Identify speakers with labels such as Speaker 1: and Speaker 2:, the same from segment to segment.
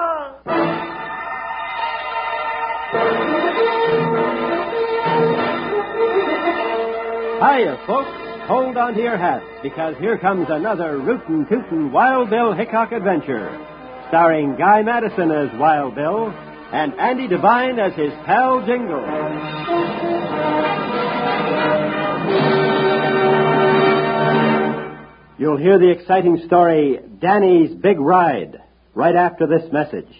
Speaker 1: Peter!
Speaker 2: Hiya, folks. Hold on to your hats, because here comes another rootin' tootin' Wild Bill Hickok adventure, starring Guy Madison as Wild Bill and Andy Devine as his pal Jingle. You'll hear the exciting story, Danny's Big Ride, right after this message.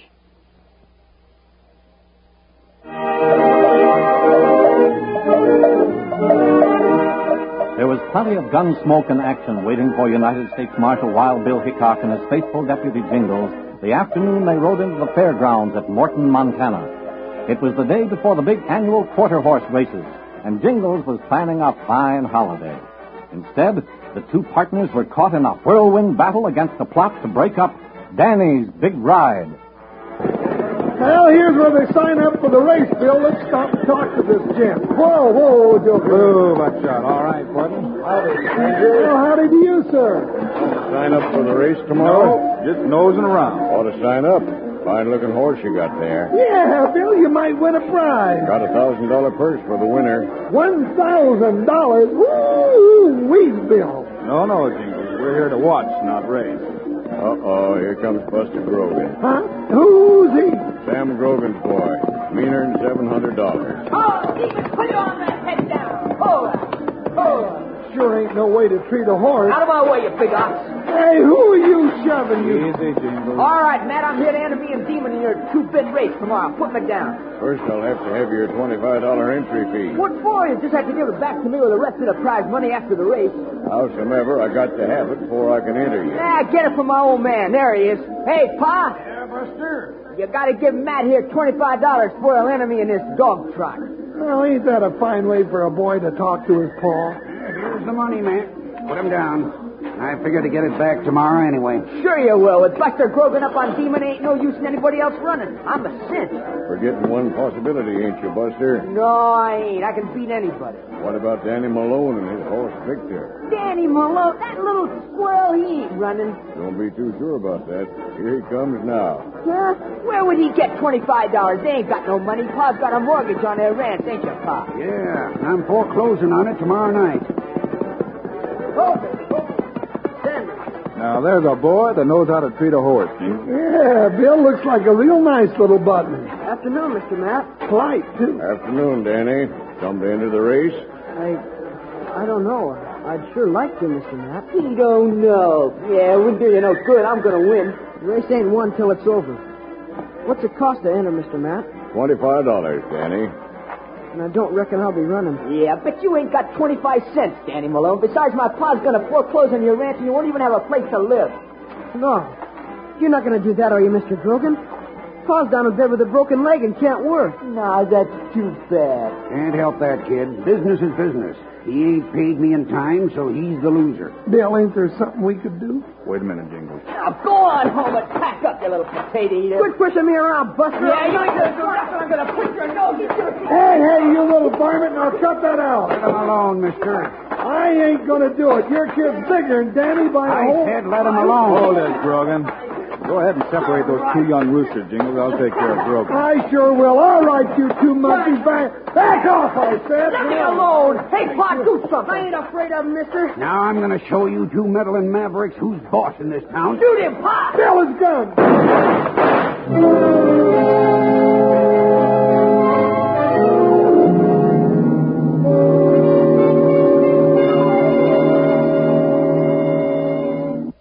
Speaker 3: There was plenty of gun smoke and action waiting for United States Marshal Wild Bill Hickok and his faithful deputy Jingles the afternoon they rode into the fairgrounds at Morton, Montana. It was the day before the big annual quarter horse races, and Jingles was planning a fine holiday. Instead, the two partners were caught in a whirlwind battle against the plot to break up Danny's Big Ride.
Speaker 4: Well, here's where they sign up for the race, Bill. Let's stop and talk to this gent. Whoa, whoa, Joker. Whoa, my shot. All right, Gordon. Howdy. Well, howdy to you, sir.
Speaker 5: Sign up for the race tomorrow? Just nosing around. Ought to sign up. Fine looking horse you got there.
Speaker 4: Yeah, Bill, you might win a prize.
Speaker 5: Got a thousand dollar purse for the winner.
Speaker 4: One thousand dollars. Woo, wee, Bill.
Speaker 5: No, no, Jingles. We're here to watch, not race. Uh oh, here comes Buster Grogan.
Speaker 4: Huh? Who's he?
Speaker 5: Sam Grogan's boy. Meaner than seven hundred dollars.
Speaker 6: Oh, Stevens, put it on that head down. Hold on. Hold on.
Speaker 4: Sure ain't no way to treat a horse.
Speaker 6: Out of my way, you big ox.
Speaker 4: Hey, who are you shoving? You
Speaker 5: Easy, Jingles.
Speaker 6: All right, Matt, I'm here to enter me and Demon in your two-bit race tomorrow. Put me down.
Speaker 5: First, I'll have to have your twenty-five dollar entry fee.
Speaker 6: What for? You just have to give it back to me with the rest of the prize money after the race.
Speaker 5: Howsomever, I got to have it before I can enter you.
Speaker 6: Ah, get it from my old man. There he is. Hey, Pa,
Speaker 4: Yeah, Buster.
Speaker 6: you gotta give Matt here $25 for he'll enter me in this dog trot.
Speaker 4: Well, ain't that a fine way for a boy to talk to his pa?
Speaker 7: Here's the money, man. Put him down. I figure to get it back tomorrow anyway.
Speaker 6: Sure you will. With Buster Grogan up on Demon, ain't no use in anybody else running. I'm a cinch.
Speaker 5: Forgetting one possibility, ain't you, Buster?
Speaker 6: No, I ain't. I can beat anybody.
Speaker 5: What about Danny Malone and his horse Victor?
Speaker 6: Danny Malone, that little squirrel, he ain't running.
Speaker 5: Don't be too sure about that. Here he comes now.
Speaker 6: Huh? Where would he get $25? They ain't got no money. Pa's got a mortgage on their ranch, ain't you, Pa?
Speaker 7: Yeah, I'm foreclosing on it tomorrow night.
Speaker 6: Hold it. Send it.
Speaker 5: Now there's a boy that knows how to treat a horse.
Speaker 4: Yeah, Bill looks like a real nice little button.
Speaker 6: Afternoon, Mr. Matt.
Speaker 4: Polite, too.
Speaker 5: Afternoon, Danny. Come to enter the race?
Speaker 6: I, I don't know. I'd sure like to, Mr. Matt. You don't know. Yeah, it wouldn't do you no good. I'm gonna win. The race ain't won till it's over. What's it cost to enter, Mr. Matt?
Speaker 5: Twenty-five dollars, Danny.
Speaker 6: And I don't reckon I'll be running. Yeah, but you ain't got 25 cents, Danny Malone. Besides, my pa's gonna foreclose on your ranch and you won't even have a place to live. No. You're not gonna do that, are you, Mr. Grogan? Pa's down in bed with a broken leg and can't work. Nah, that's too bad.
Speaker 7: Can't help that kid. Business is business. He ain't paid me in time, so he's the loser.
Speaker 4: Bill, ain't there something we could do?
Speaker 5: Wait a minute, Jingles.
Speaker 6: Now go on home and pack up, you little potato eater. Quit pushing me around, Buster. Yeah, you ain't gonna do nothing. I'm gonna put your nose in your
Speaker 4: Hey, hey, you little varmint, now cut
Speaker 7: Let
Speaker 4: that out.
Speaker 7: him alone, mister.
Speaker 4: I ain't gonna do it. Your kid's bigger than Danny by a
Speaker 7: I
Speaker 4: whole...
Speaker 7: said let him alone.
Speaker 5: Hold it, Grogan. Go ahead and separate those two young roosters, Jingles. I'll take care of Grogan.
Speaker 4: I sure will. All right, you two monkeys, back, back off, I said.
Speaker 6: Let me alone. Hey, Pa, do something. I ain't afraid of him, mister.
Speaker 7: Now I'm going to show you two meddling mavericks who's boss in this town.
Speaker 6: Shoot him, Pa.
Speaker 4: Bill is gone.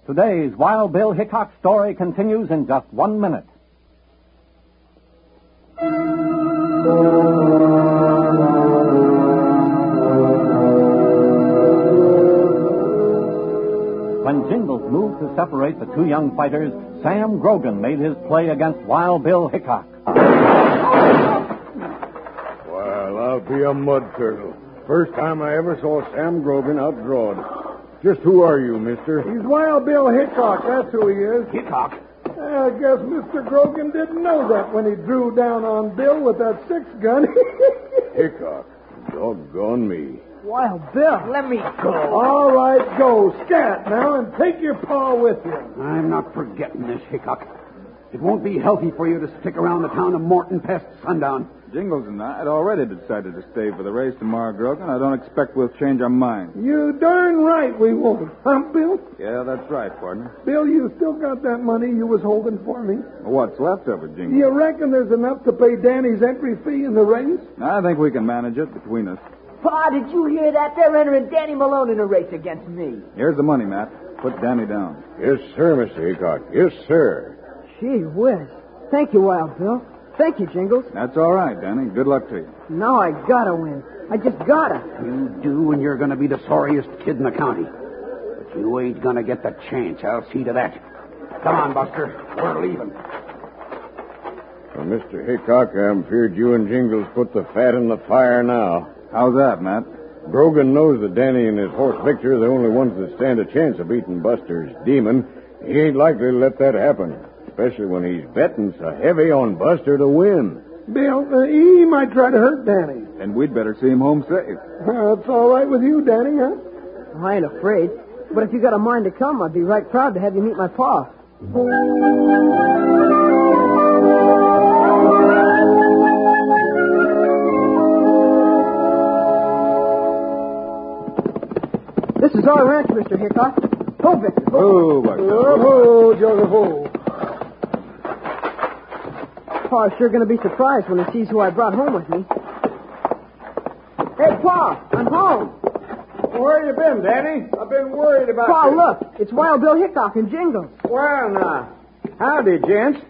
Speaker 3: Today's Wild Bill Hickok story continues in just one minute. When Jingles moved to separate the two young fighters, Sam Grogan made his play against Wild Bill Hickok.
Speaker 5: Well, I'll be a mud turtle. First time I ever saw Sam Grogan outdrawed. Just who are you, mister?
Speaker 4: He's Wild Bill Hickok. That's who he is.
Speaker 7: Hickok.
Speaker 4: I guess Mr. Grogan didn't know that when he drew down on Bill with that six gun.
Speaker 5: Hickok. Doggone me.
Speaker 6: Wild Bill. Let me go.
Speaker 4: All right, go. Scat now and take your paw with you.
Speaker 7: I'm not forgetting this, Hickok.
Speaker 8: It won't be healthy for you to stick around the town of Morton past sundown.
Speaker 3: Jingles and I had already decided to stay for the race tomorrow, Grogan. I don't expect we'll change our minds.
Speaker 4: You darn right we won't. Huh, Bill?
Speaker 3: Yeah, that's right, partner.
Speaker 4: Bill, you still got that money you was holding for me?
Speaker 3: What's left of it,
Speaker 4: Do
Speaker 3: Jingles?
Speaker 4: you reckon there's enough to pay Danny's entry fee in the race?
Speaker 3: I think we can manage it between us.
Speaker 6: Pa, did you hear that? They're entering Danny Malone in a race against me.
Speaker 3: Here's the money, Matt. Put Danny down.
Speaker 5: Yes, sir, Mr. Hickok. Yes, sir.
Speaker 6: Gee whiz. Thank you, Wild Bill. Thank you, Jingles.
Speaker 3: That's all right, Danny. Good luck to you.
Speaker 6: Now I gotta win. I just gotta.
Speaker 8: You do, and you're going to be the sorriest kid in the county. But you ain't going to get the chance. I'll see to that. Come on, Buster. We're leaving.
Speaker 5: Well, Mr. Hickok, I'm feared you and Jingles put the fat in the fire now.
Speaker 3: How's that, Matt?
Speaker 5: Grogan knows that Danny and his horse Victor are the only ones that stand a chance of beating Buster's demon. He ain't likely to let that happen, especially when he's betting so heavy on Buster to win.
Speaker 4: Bill, uh, he might try to hurt Danny.
Speaker 3: And we'd better see him home safe.
Speaker 4: Uh, that's all right with you, Danny, huh?
Speaker 6: I ain't afraid. But if you got a mind to come, I'd be right proud to have you meet my pa. This is our ranch, Mr. Hickok. Go, Victor. Go.
Speaker 3: Oh, Buster.
Speaker 4: Oh, Joseph, oh.
Speaker 6: Pa's sure going to be surprised when he sees who I brought home with me. Hey, Pa, I'm home.
Speaker 4: Where you been, Danny? I've been worried about
Speaker 6: Pa, look, it's Wild Bill Hickok and Jingles.
Speaker 4: Well, now, howdy, gents.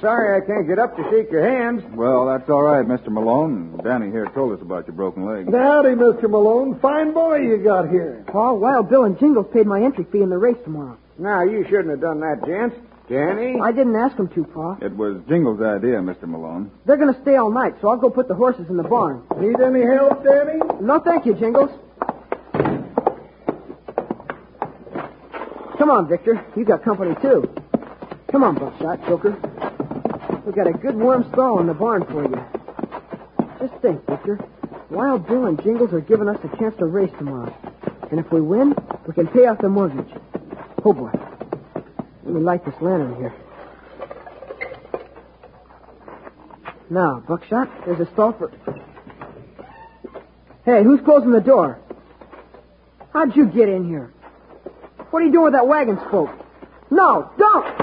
Speaker 4: Sorry I can't get up to shake your hands.
Speaker 3: Well, that's all right, Mr. Malone. Danny here told us about your broken leg.
Speaker 4: Howdy, Mr. Malone. Fine boy you got here.
Speaker 6: Pa, Wild Bill and Jingles paid my entry fee in the race tomorrow.
Speaker 4: Now, you shouldn't have done that, gents. Danny?
Speaker 6: I didn't ask them to, Pa.
Speaker 3: It was Jingles' idea, Mr. Malone.
Speaker 6: They're going to stay all night, so I'll go put the horses in the barn.
Speaker 4: Need any help, Danny?
Speaker 6: No, thank you, Jingles. Come on, Victor. You got company, too. Come on, Buckshot, Joker. We've got a good warm stall in the barn for you. Just think, Victor. Wild Bill and Jingles are giving us a chance to race tomorrow. And if we win, we can pay off the mortgage. Oh, boy. Let me light this lantern here. Now, Buckshot, there's a stall for... Hey, who's closing the door? How'd you get in here? What are you doing with that wagon spoke? No, don't!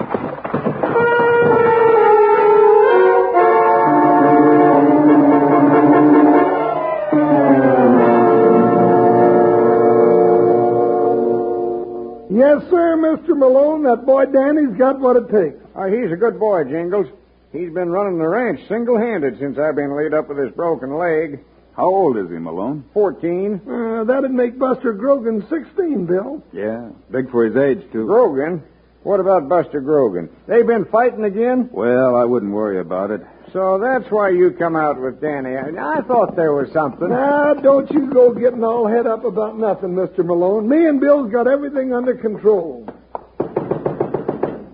Speaker 4: Yes, sir, Mr. Malone. That boy Danny's got what it takes.
Speaker 5: Oh, he's a good boy, Jingles. He's been running the ranch single-handed since I've been laid up with this broken leg.
Speaker 3: How old is he, Malone?
Speaker 5: Fourteen.
Speaker 4: Uh, that'd make Buster Grogan 16, Bill.
Speaker 3: Yeah, big for his age, too.
Speaker 5: Grogan? What about Buster Grogan? They've been fighting again?
Speaker 3: Well, I wouldn't worry about it.
Speaker 5: So that's why you come out with Danny. I, I thought there was something.
Speaker 4: Now, don't you go getting all head up about nothing, Mr. Malone. Me and Bill's got everything under control.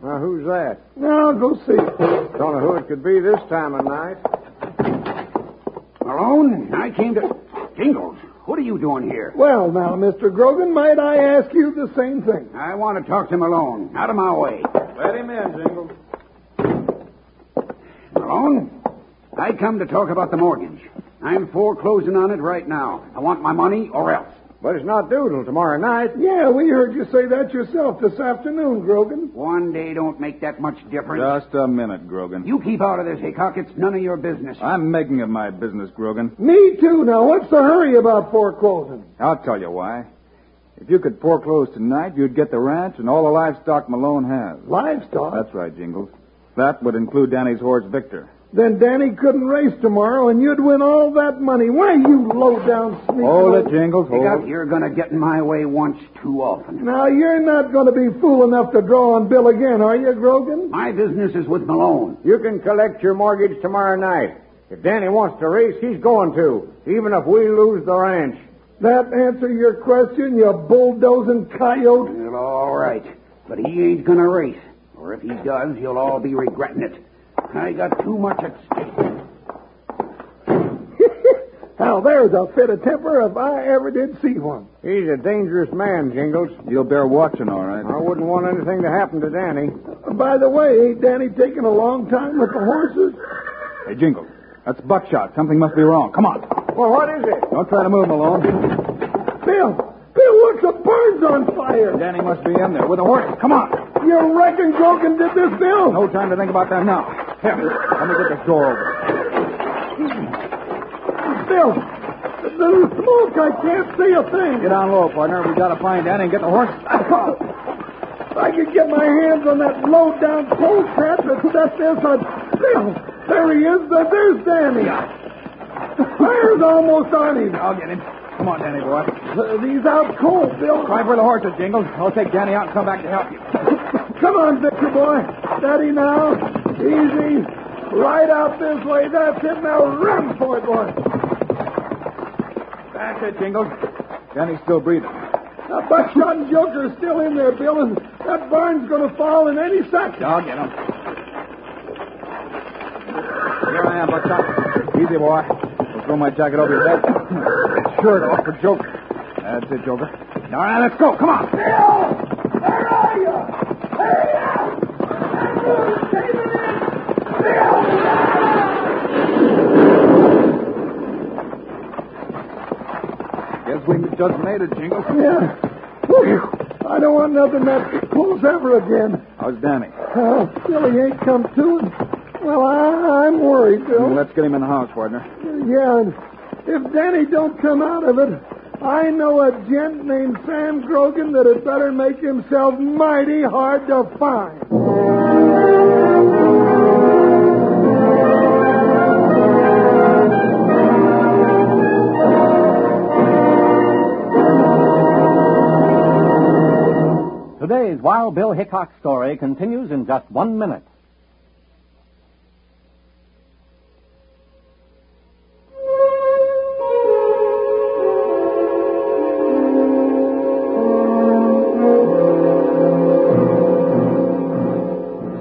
Speaker 5: Now, who's that?
Speaker 4: Now, go see.
Speaker 5: Don't know who it could be this time of night.
Speaker 8: Malone, I came to. Jingles, what are you doing here?
Speaker 4: Well, now, Mr. Grogan, might I ask you the same thing?
Speaker 8: I want to talk to Malone. Out of my way.
Speaker 3: Let him in, Jingles.
Speaker 8: Malone, I come to talk about the mortgage. I'm foreclosing on it right now. I want my money or else.
Speaker 5: But it's not due till tomorrow night.
Speaker 4: Yeah, we heard you say that yourself this afternoon, Grogan.
Speaker 8: One day don't make that much difference.
Speaker 3: Just a minute, Grogan.
Speaker 8: You keep out of this, Hickok. It's none of your business.
Speaker 3: I'm making it my business, Grogan.
Speaker 4: Me too. Now, what's the hurry about foreclosing?
Speaker 3: I'll tell you why. If you could foreclose tonight, you'd get the ranch and all the livestock Malone has.
Speaker 4: Livestock?
Speaker 3: That's right, Jingles. That would include Danny's horse, Victor.
Speaker 4: Then Danny couldn't race tomorrow, and you'd win all that money. Why, you low-down sneak.
Speaker 3: Hold it, Jingles. Hold
Speaker 8: Hickok,
Speaker 3: it.
Speaker 8: you're going to get in my way once too often.
Speaker 4: Now, you're not going to be fool enough to draw on Bill again, are you, Grogan?
Speaker 8: My business is with Malone.
Speaker 5: You can collect your mortgage tomorrow night. If Danny wants to race, he's going to, even if we lose the ranch.
Speaker 4: That answer your question, you bulldozing coyote?
Speaker 8: Well, all right. But he ain't going to race. Or if he does, you'll all be regretting it. I got too much at stake.
Speaker 4: Now, there's a fit of temper if I ever did see one.
Speaker 5: He's a dangerous man, Jingles.
Speaker 3: You'll bear watching, all right.
Speaker 5: I wouldn't want anything to happen to Danny.
Speaker 4: By the way, ain't Danny taking a long time with the horses?
Speaker 3: Hey, Jingles, that's buckshot. Something must be wrong. Come on.
Speaker 5: Well, what is it?
Speaker 3: Don't try to move, Malone.
Speaker 4: Bill, Bill, look, the barn's on fire.
Speaker 3: Danny must be in there with the horse. Come on.
Speaker 4: You reckon Grogan did this, Bill?
Speaker 3: No time to think about that now. Here, let me get this door open.
Speaker 4: Bill, there's smoke. I can't see a thing.
Speaker 3: Get down low, partner. We gotta find Danny and get the horse.
Speaker 4: If I could get my hands on that low down pole cat that's stuck there, but Bill, there he is. There- There's Danny. Fire's almost on him.
Speaker 3: I'll get him. Come on, Danny boy.
Speaker 4: Uh, He's out cold, Bill.
Speaker 3: Try for the horses, Jingles. I'll take Danny out and come back to help you.
Speaker 4: Come on, Victor boy. Steady now. Easy. Right out this way. That's it. Now run for it, boy.
Speaker 3: That's it, Jingles. Danny's still breathing.
Speaker 4: Now, Buckshot and Joker are still in there, Bill, and that barn's going to fall in any second.
Speaker 3: I'll get him. Here I am, Buckshot. Easy, boy. I'll throw my jacket over your head. Shirt off for Joker. That's it, Joker. All right, let's go. Come on. Guess we just made it, Jingles.
Speaker 4: Yeah. Look, I don't want nothing that pulls ever again.
Speaker 3: How's Danny?
Speaker 4: Uh, Billy ain't come to, and, well, I, I'm worried, Bill.
Speaker 3: Let's get him in the house, partner.
Speaker 4: Yeah, and if Danny don't come out of it, I know a gent named Sam Grogan that had better make himself mighty hard to find.
Speaker 2: Today's Wild Bill Hickok story continues in just one minute.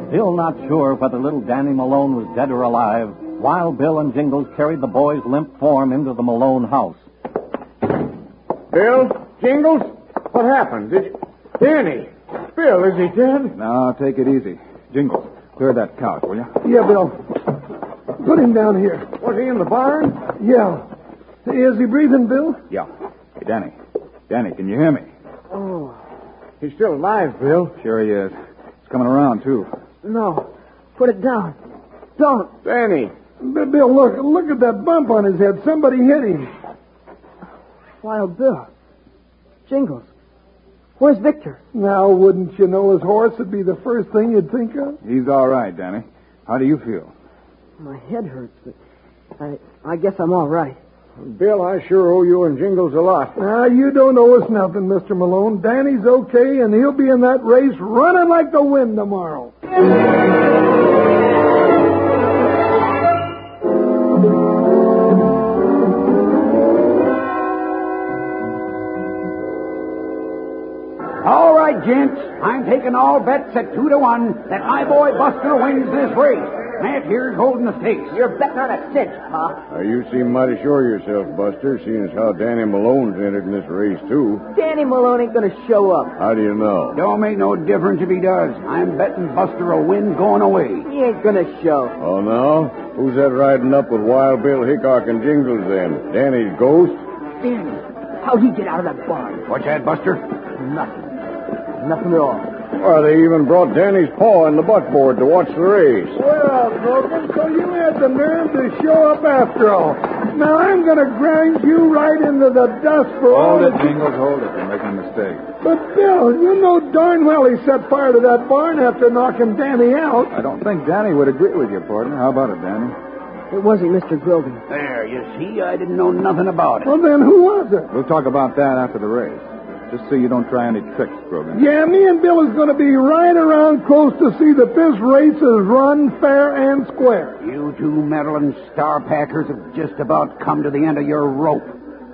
Speaker 2: Still not sure whether little Danny Malone was dead or alive, Wild Bill and Jingles carried the boy's limp form into the Malone house.
Speaker 5: Bill? Jingles? What happened? Did you... Danny? Bill, is he dead?
Speaker 3: Now, take it easy. Jingles, clear that couch, will you?
Speaker 4: Yeah, Bill. Put him down here.
Speaker 5: Was he in the barn?
Speaker 4: Yeah. Is he breathing, Bill?
Speaker 3: Yeah. Hey, Danny. Danny, can you hear me?
Speaker 5: He's still alive, Bill.
Speaker 3: Sure he is. He's coming around, too.
Speaker 6: No. Put it down. Don't.
Speaker 5: Danny.
Speaker 4: B- Bill, look, look at that bump on his head. Somebody hit him.
Speaker 6: Wild Bill. Jingles. Where's Victor?
Speaker 4: Now, wouldn't you know his horse would be the first thing you'd think of?
Speaker 3: He's all right, Danny. How do you feel?
Speaker 6: My head hurts, but I, I guess I'm all right.
Speaker 5: Bill, I sure owe you and Jingles a lot.
Speaker 4: Now, you don't owe us nothing, Mr. Malone. Danny's okay, and he'll be in that race running like the wind tomorrow.
Speaker 8: All right, gents. I'm taking all bets at two to one that my boy Buster wins this race. Matt here's holding the stakes.
Speaker 6: You're betting on a cinch, Pa.
Speaker 5: Now, you seem mighty sure of yourself, Buster, seeing as how Danny Malone's entered in this race, too.
Speaker 6: Danny Malone ain't gonna show up.
Speaker 5: How do you know?
Speaker 8: Don't make no difference if he does. I'm betting Buster will win going away.
Speaker 6: He ain't gonna show.
Speaker 5: Oh, no? Who's that riding up with Wild Bill Hickok and Jingles then? Danny's ghost?
Speaker 6: Danny, how'd he get out of that barn?
Speaker 8: What's that, Buster?
Speaker 6: Nothing. Nothing at all.
Speaker 5: Why, they even brought Danny's paw in the buckboard to watch the race.
Speaker 4: Well, Brogan, so you had the nerve to show up after all. Now, I'm going to grind you right into the dust for all
Speaker 3: Hold it,
Speaker 4: that you-
Speaker 3: Jingles. Hold it. You're making a mistake.
Speaker 4: But, Bill, you know darn well he set fire to that barn after knocking Danny out.
Speaker 3: I don't think Danny would agree with you, partner. How about it, Danny?
Speaker 6: It wasn't Mr. Grogan.
Speaker 8: There, you see, I didn't know nothing about it.
Speaker 4: Well, then who was it?
Speaker 3: We'll talk about that after the race. Just so you don't try any tricks, Grogan.
Speaker 4: Yeah, me and Bill is going to be right around close to see that this race is run fair and square.
Speaker 8: You two meddling star packers have just about come to the end of your rope.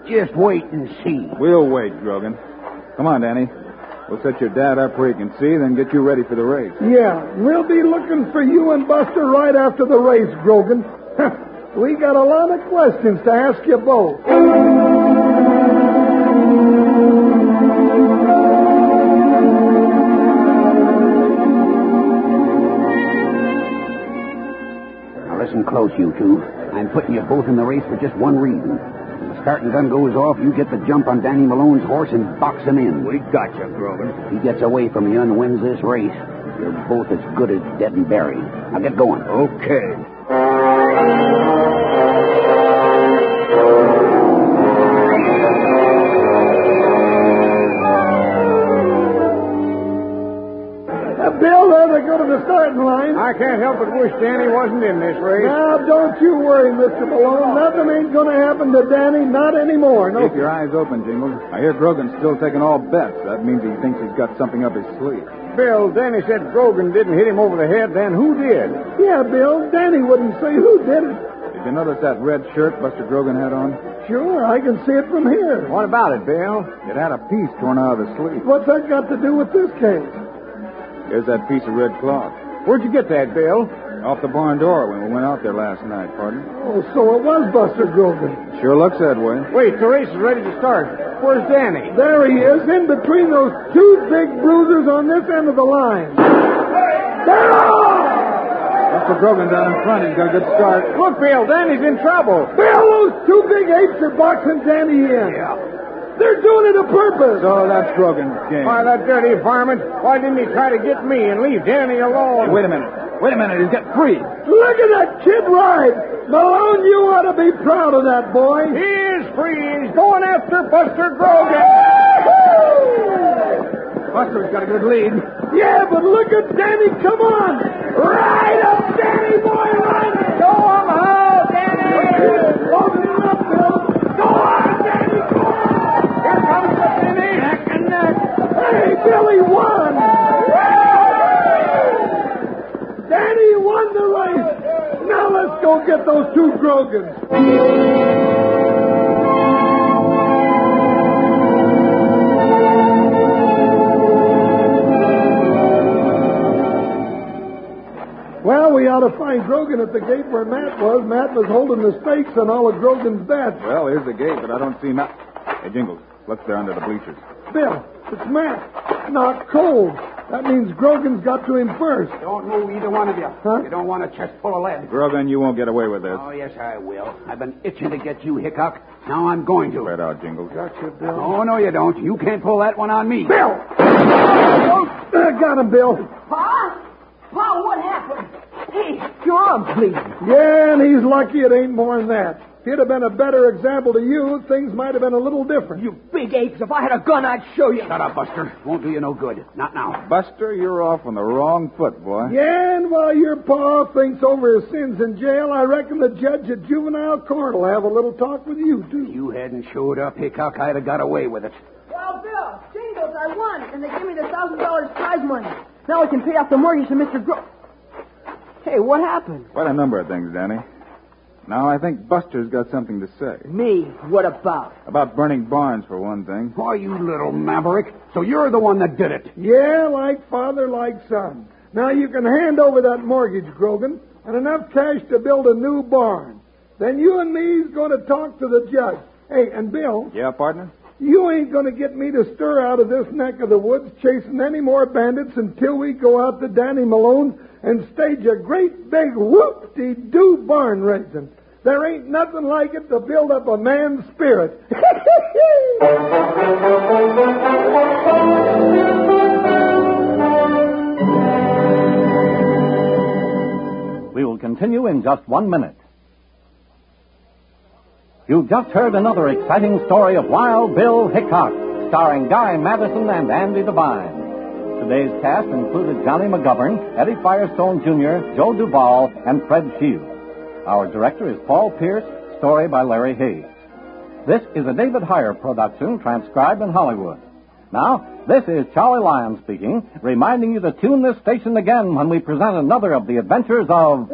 Speaker 8: Just wait and see.
Speaker 3: We'll wait, Grogan. Come on, Danny. We'll set your dad up where he can see, then get you ready for the race.
Speaker 4: Yeah, we'll be looking for you and Buster right after the race, Grogan. We got a lot of questions to ask you both.
Speaker 8: Now listen close, you two. I'm putting you both in the race for just one reason. When the starting gun goes off, you get the jump on Danny Malone's horse and box him in. We got you, Grover. If he gets away from you and wins this race, you're both as good as dead and buried. Now get going. Okay.
Speaker 4: Uh, Bill, there they go to the starting line.
Speaker 5: I can't help but wish Danny wasn't in this race.
Speaker 4: Now, don't you worry, Mr. Malone. Nothing ain't going to happen to Danny, not anymore. No,
Speaker 3: Keep your eyes open, Jingles. I hear Grogan's still taking all bets. That means he thinks he's got something up his sleeve.
Speaker 5: Bill, Danny said Grogan didn't hit him over the head. Then who did?
Speaker 4: yeah, Bill, Danny wouldn't say who did it.
Speaker 3: Did you notice that red shirt Buster Grogan had on?
Speaker 4: Sure, I can see it from here.
Speaker 3: What about it, Bill? It had a piece torn out of his sleeve.
Speaker 4: What's that got to do with this case?
Speaker 3: There's that piece of red cloth. Where'd you get that, Bill? Off the barn door when we went out there last night, partner.
Speaker 4: Oh, so it was Buster Grogan.
Speaker 3: Sure looks that way.
Speaker 5: Wait, the race is ready to start. Where's Danny?
Speaker 4: There he is, in between those two big bruisers on this end of the line.
Speaker 3: Buster Grogan down in front. He's got a good start.
Speaker 5: Look, Bill, Danny's in trouble.
Speaker 4: Bill, those two big apes are boxing Danny in. Yeah. They're doing it a purpose.
Speaker 3: So that's Grogan's game.
Speaker 5: Why, that dirty varmint. Why didn't he try to get me and leave Danny alone?
Speaker 3: Wait a minute. Wait a minute. He's got free.
Speaker 4: Look at that kid ride. Malone, you ought to be proud of that boy.
Speaker 5: He is free. He's going after Buster Grogan.
Speaker 3: Buster's got a good lead.
Speaker 4: Yeah, but look at Danny. Come on. Ride up, Danny, boy. Ride up. Go on, home, Danny. Open it up, Bill. Go on, Danny. Go on. Here comes the Danny. Neck and neck. Hey, Billy won. Danny won the race. Now let's go get those two Grogans. Well, we ought to find Grogan at the gate where Matt was. Matt was holding the stakes on all of Grogan's bets.
Speaker 3: Well, here's the gate, but I don't see Matt. Hey, Jingles, look there under the bleachers.
Speaker 4: Bill, it's Matt. Not cold. That means Grogan's got to him first.
Speaker 8: Don't move either one of you.
Speaker 4: Huh?
Speaker 8: You don't want a chest full of lead.
Speaker 3: Grogan, you won't get away with this.
Speaker 8: Oh, yes, I will. I've been itching to get you, Hickok. Now I'm going to.
Speaker 3: Spread out, Jingles.
Speaker 8: Oh, no, you don't. You can't pull that one on me.
Speaker 4: Bill! Uh, got him, Bill.
Speaker 6: Pa? Pa, what happened? Hey, your arm, please.
Speaker 4: Yeah, and he's lucky it ain't more than that. If he'd have been a better example to you, things might have been a little different.
Speaker 6: You big apes. If I had a gun, I'd show you.
Speaker 8: Shut up, Buster. Won't do you no good. Not now.
Speaker 3: Buster, you're off on the wrong foot, boy.
Speaker 4: Yeah, and while your pa thinks over his sins in jail, I reckon the judge at juvenile court will have a little talk with you,
Speaker 8: If
Speaker 4: too.
Speaker 8: you hadn't showed up, Hickok, I'd have got away with it.
Speaker 6: Well, Bill, Jingles, I won, and they give me the thousand dollars prize money. Now I can pay off the mortgage to Mr. Gro. Hey, what happened?
Speaker 3: Quite a number of things, Danny. Now, I think Buster's got something to say.
Speaker 6: Me? What about?
Speaker 3: About burning barns, for one thing.
Speaker 8: Why, you little maverick. So you're the one that did it.
Speaker 4: Yeah, like father, like son. Now you can hand over that mortgage, Grogan, and enough cash to build a new barn. Then you and me's going to talk to the judge. Hey, and Bill,
Speaker 3: Yeah, partner?
Speaker 4: You ain't going to get me to stir out of this neck of the woods chasing any more bandits until we go out to Danny Malone's and stage a great big whoop-de-doo barn raising. There ain't nothing like it to build up a man's spirit.
Speaker 2: We will continue in just one minute. You've just heard another exciting story of Wild Bill Hickok, starring Guy Madison and Andy Devine. Today's cast included Johnny McGovern, Eddie Firestone Jr., Joe Duvall, and Fred Shields. Our director is Paul Pierce, story by Larry Hayes. This is a David Heyer production, transcribed in Hollywood. Now, this is Charlie Lyon speaking, reminding you to tune this station again when we present another of the adventures of.